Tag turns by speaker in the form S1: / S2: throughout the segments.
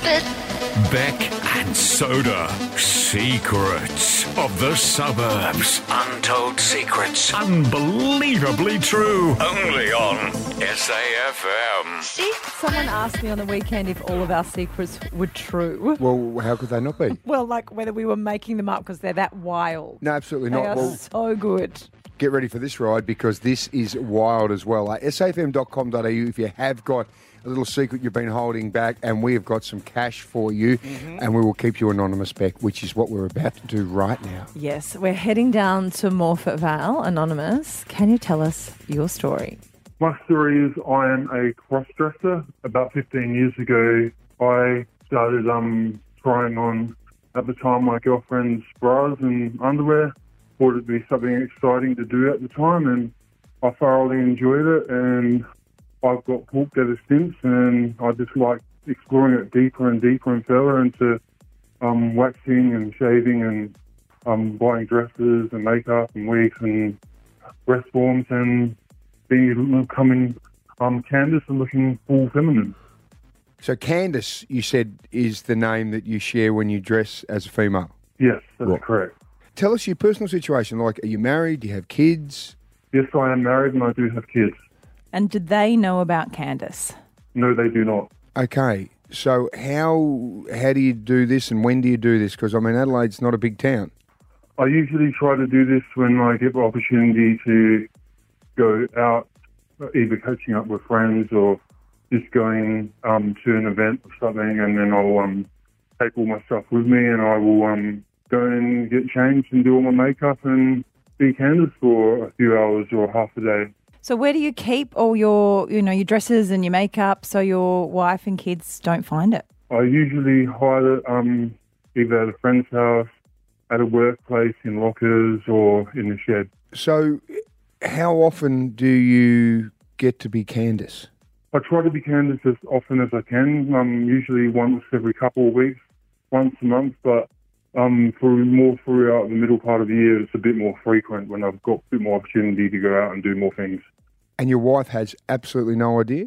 S1: Beck and Soda. Secrets of the suburbs.
S2: Untold secrets.
S1: Unbelievably true.
S2: Only on SAFM.
S3: Someone asked me on the weekend if all of our secrets were true.
S4: Well, how could they not be?
S3: Well, like whether we were making them up because they're that wild.
S4: No, absolutely
S3: they
S4: not.
S3: are
S4: Well,
S3: so good.
S4: get ready for this ride because this is wild as well. Uh, safm.com.au if you have got a little secret you've been holding back, and we have got some cash for you,
S3: Mm-hmm.
S4: and we will keep you anonymous, Beck, which is what we're about to do right now.
S3: Yes, we're heading down to Morfett Vale, Anonymous. Can you tell us your story?
S5: My story is I am a crossdresser. About 15 years ago, I started um, trying on, at the time, my girlfriend's bras and underwear. Thought it'd be something exciting to do at the time, and I thoroughly enjoyed it. And I've got hooked ever since, and I just like exploring it deeper and deeper and further into um, waxing and shaving and um, buying dresses and makeup and wigs and breast forms and being coming um, canvas and looking full feminine.
S4: So, Candace, you said, is the name that you share when you dress as a female.
S5: Yes, that's
S4: Right.
S5: correct.
S4: Tell us your personal situation. Like, are you married? Do you have kids?
S5: Yes, I am married and I do have kids.
S6: And do they know about Candace?
S5: No, they do not.
S4: Okay. So, how how do you do this, and when do you do this? Because I mean, Adelaide's not a big town.
S5: I usually try to do this when I get the opportunity to go out, either catching up with friends or just going um, to an event or something, and then I'll um, take all my stuff with me and I will um, go and get changed and do all my makeup and be candid for a few hours or half a day.
S6: So where do you keep all your, you know, your dresses and your makeup so your wife and kids don't find it?
S5: I usually hide it um, either at a friend's house, at a workplace, in lockers, or in the shed.
S4: So, how often do you get to be Candace?
S5: I try to be candid as often as I can. Um, usually once every couple of weeks, once a month, but um, for more throughout the middle part of the year, it's a bit more frequent when I've got a bit more opportunity to go out and do more things.
S4: And your wife has absolutely no idea.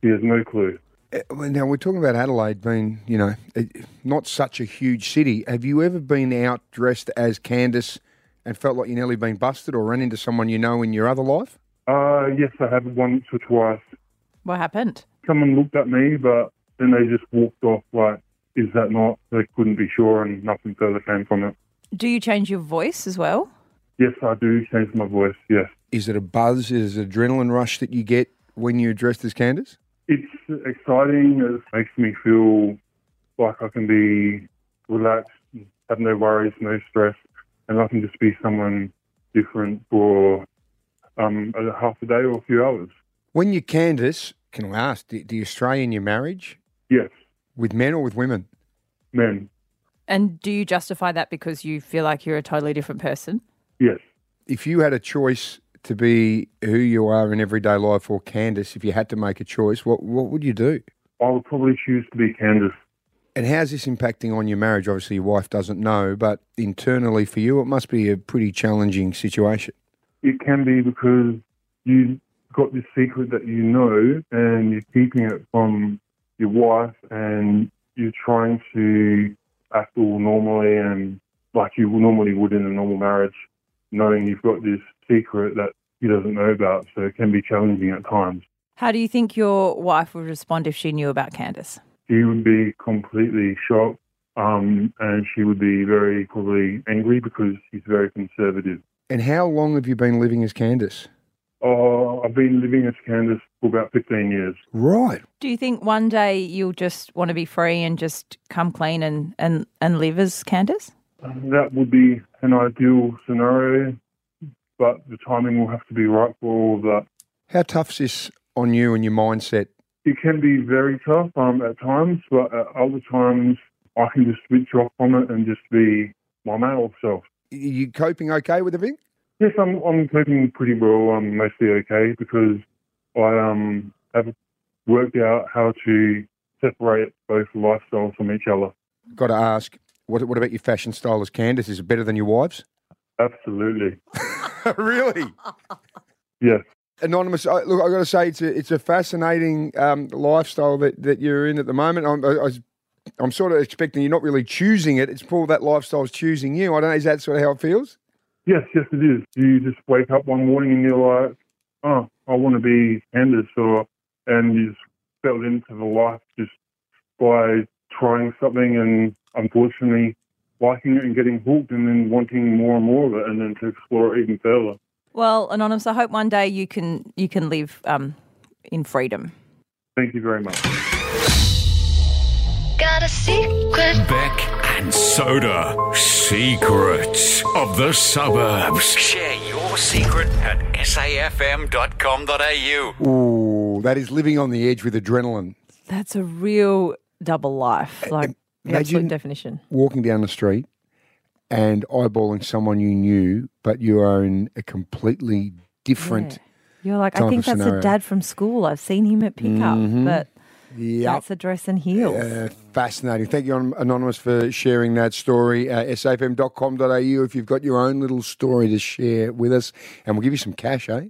S5: He has no clue.
S4: Uh, well, Now we're talking about Adelaide being, you know, uh, not such a huge city. Have you ever been out dressed as Candace and felt like you nearly been busted or run into someone you know in your other life?
S5: Uh, yes, I have once or twice.
S6: What happened?
S5: Someone looked at me, but then they just walked off like, is that not? They couldn't be sure and nothing further came from it.
S6: Do you change your voice as well?
S5: Yes, I do change my voice. Yes,
S4: Is it a buzz? Is it adrenaline rush that you get when you're dressed as Candace?
S5: it's exciting. It makes me feel like I can be relaxed, have no worries, no stress, and I can just be someone different for um, a half a day or a few hours.
S4: When you're Candace, can I ask, do, do you stray in your marriage
S5: Yes,
S4: with men or with women?
S5: men.
S6: And do you justify that because you feel like you're a totally different person?
S5: Yes,
S4: if you had a choice to be who you are in everyday life or Candace, if you had to make a choice, what what would you do?
S5: I would probably choose to be Candace.
S4: And how's this impacting on your marriage? Obviously, your wife doesn't know, but internally for you, it must be a pretty challenging situation.
S5: It can be because you got this secret that you know and you're keeping it from your wife and you're trying to act all normally and like you normally would in a normal marriage, knowing you've got this secret that he doesn't know about. So it can be challenging at times.
S6: How do you think your wife would respond if she knew about Candace?
S5: She would be completely shocked um, and she would be very probably angry because he's very conservative.
S4: And how long have you been living as Candace?
S5: Oh, I've been living as Candace for about 15 years.
S4: Right.
S6: Do you think one day you'll just want to be free and just come clean and, and, and live as Candace?
S5: That would be an ideal scenario, but the timing will have to be right for all of that.
S4: How tough's this on you and your mindset?
S5: It can be very tough um, at times, but at other times I can just switch off from it and just be my male self.
S4: Y- You coping okay with everything?
S5: Yes, I'm I'm coping pretty well. I'm mostly okay because I um have worked out how to separate both lifestyles from each other.
S4: Got to ask, what, what about your fashion style as Candace? Is it better than your wife's?
S5: Absolutely,
S4: really?
S5: yes.
S4: Anonymous, I, look, i got to say, it's a, it's a fascinating um, lifestyle that, that you're in at the moment. I'm, I, I, am sort of expecting you're not really choosing it. It's more that lifestyle's choosing you. I don't know, is that sort of how it feels?
S5: Yes, yes, it is. You just wake up one morning and you're like, oh, I want to be Anders, or and you just fell into the life just by trying something and unfortunately liking it and getting hooked and then wanting more and more of it and then to explore it even further.
S6: Well, anonymous, I hope one day you can you can live um, in freedom.
S5: Thank you very much.
S7: Got a secret.
S1: Beck and Soda. Secrets of the suburbs.
S2: Share your secret at safm.com.au.
S4: Ooh, that is living on the edge with adrenaline.
S3: That's a real double life, like the
S4: imagine-
S3: absolute definition.
S4: Walking down the street and eyeballing someone you knew, but you are in a completely different.
S3: You're like,
S4: Type
S3: I think
S4: of
S3: that's
S4: scenario. Mm-hmm.
S3: a dad from school. I've seen him at pickup, but
S4: Yep.
S3: that's a dress and heels.
S4: Uh, fascinating. Thank you, Anon- Anonymous, for sharing that story. Uh, safm.com.au if you've got your own little story to share with us. And we'll give you some cash, eh?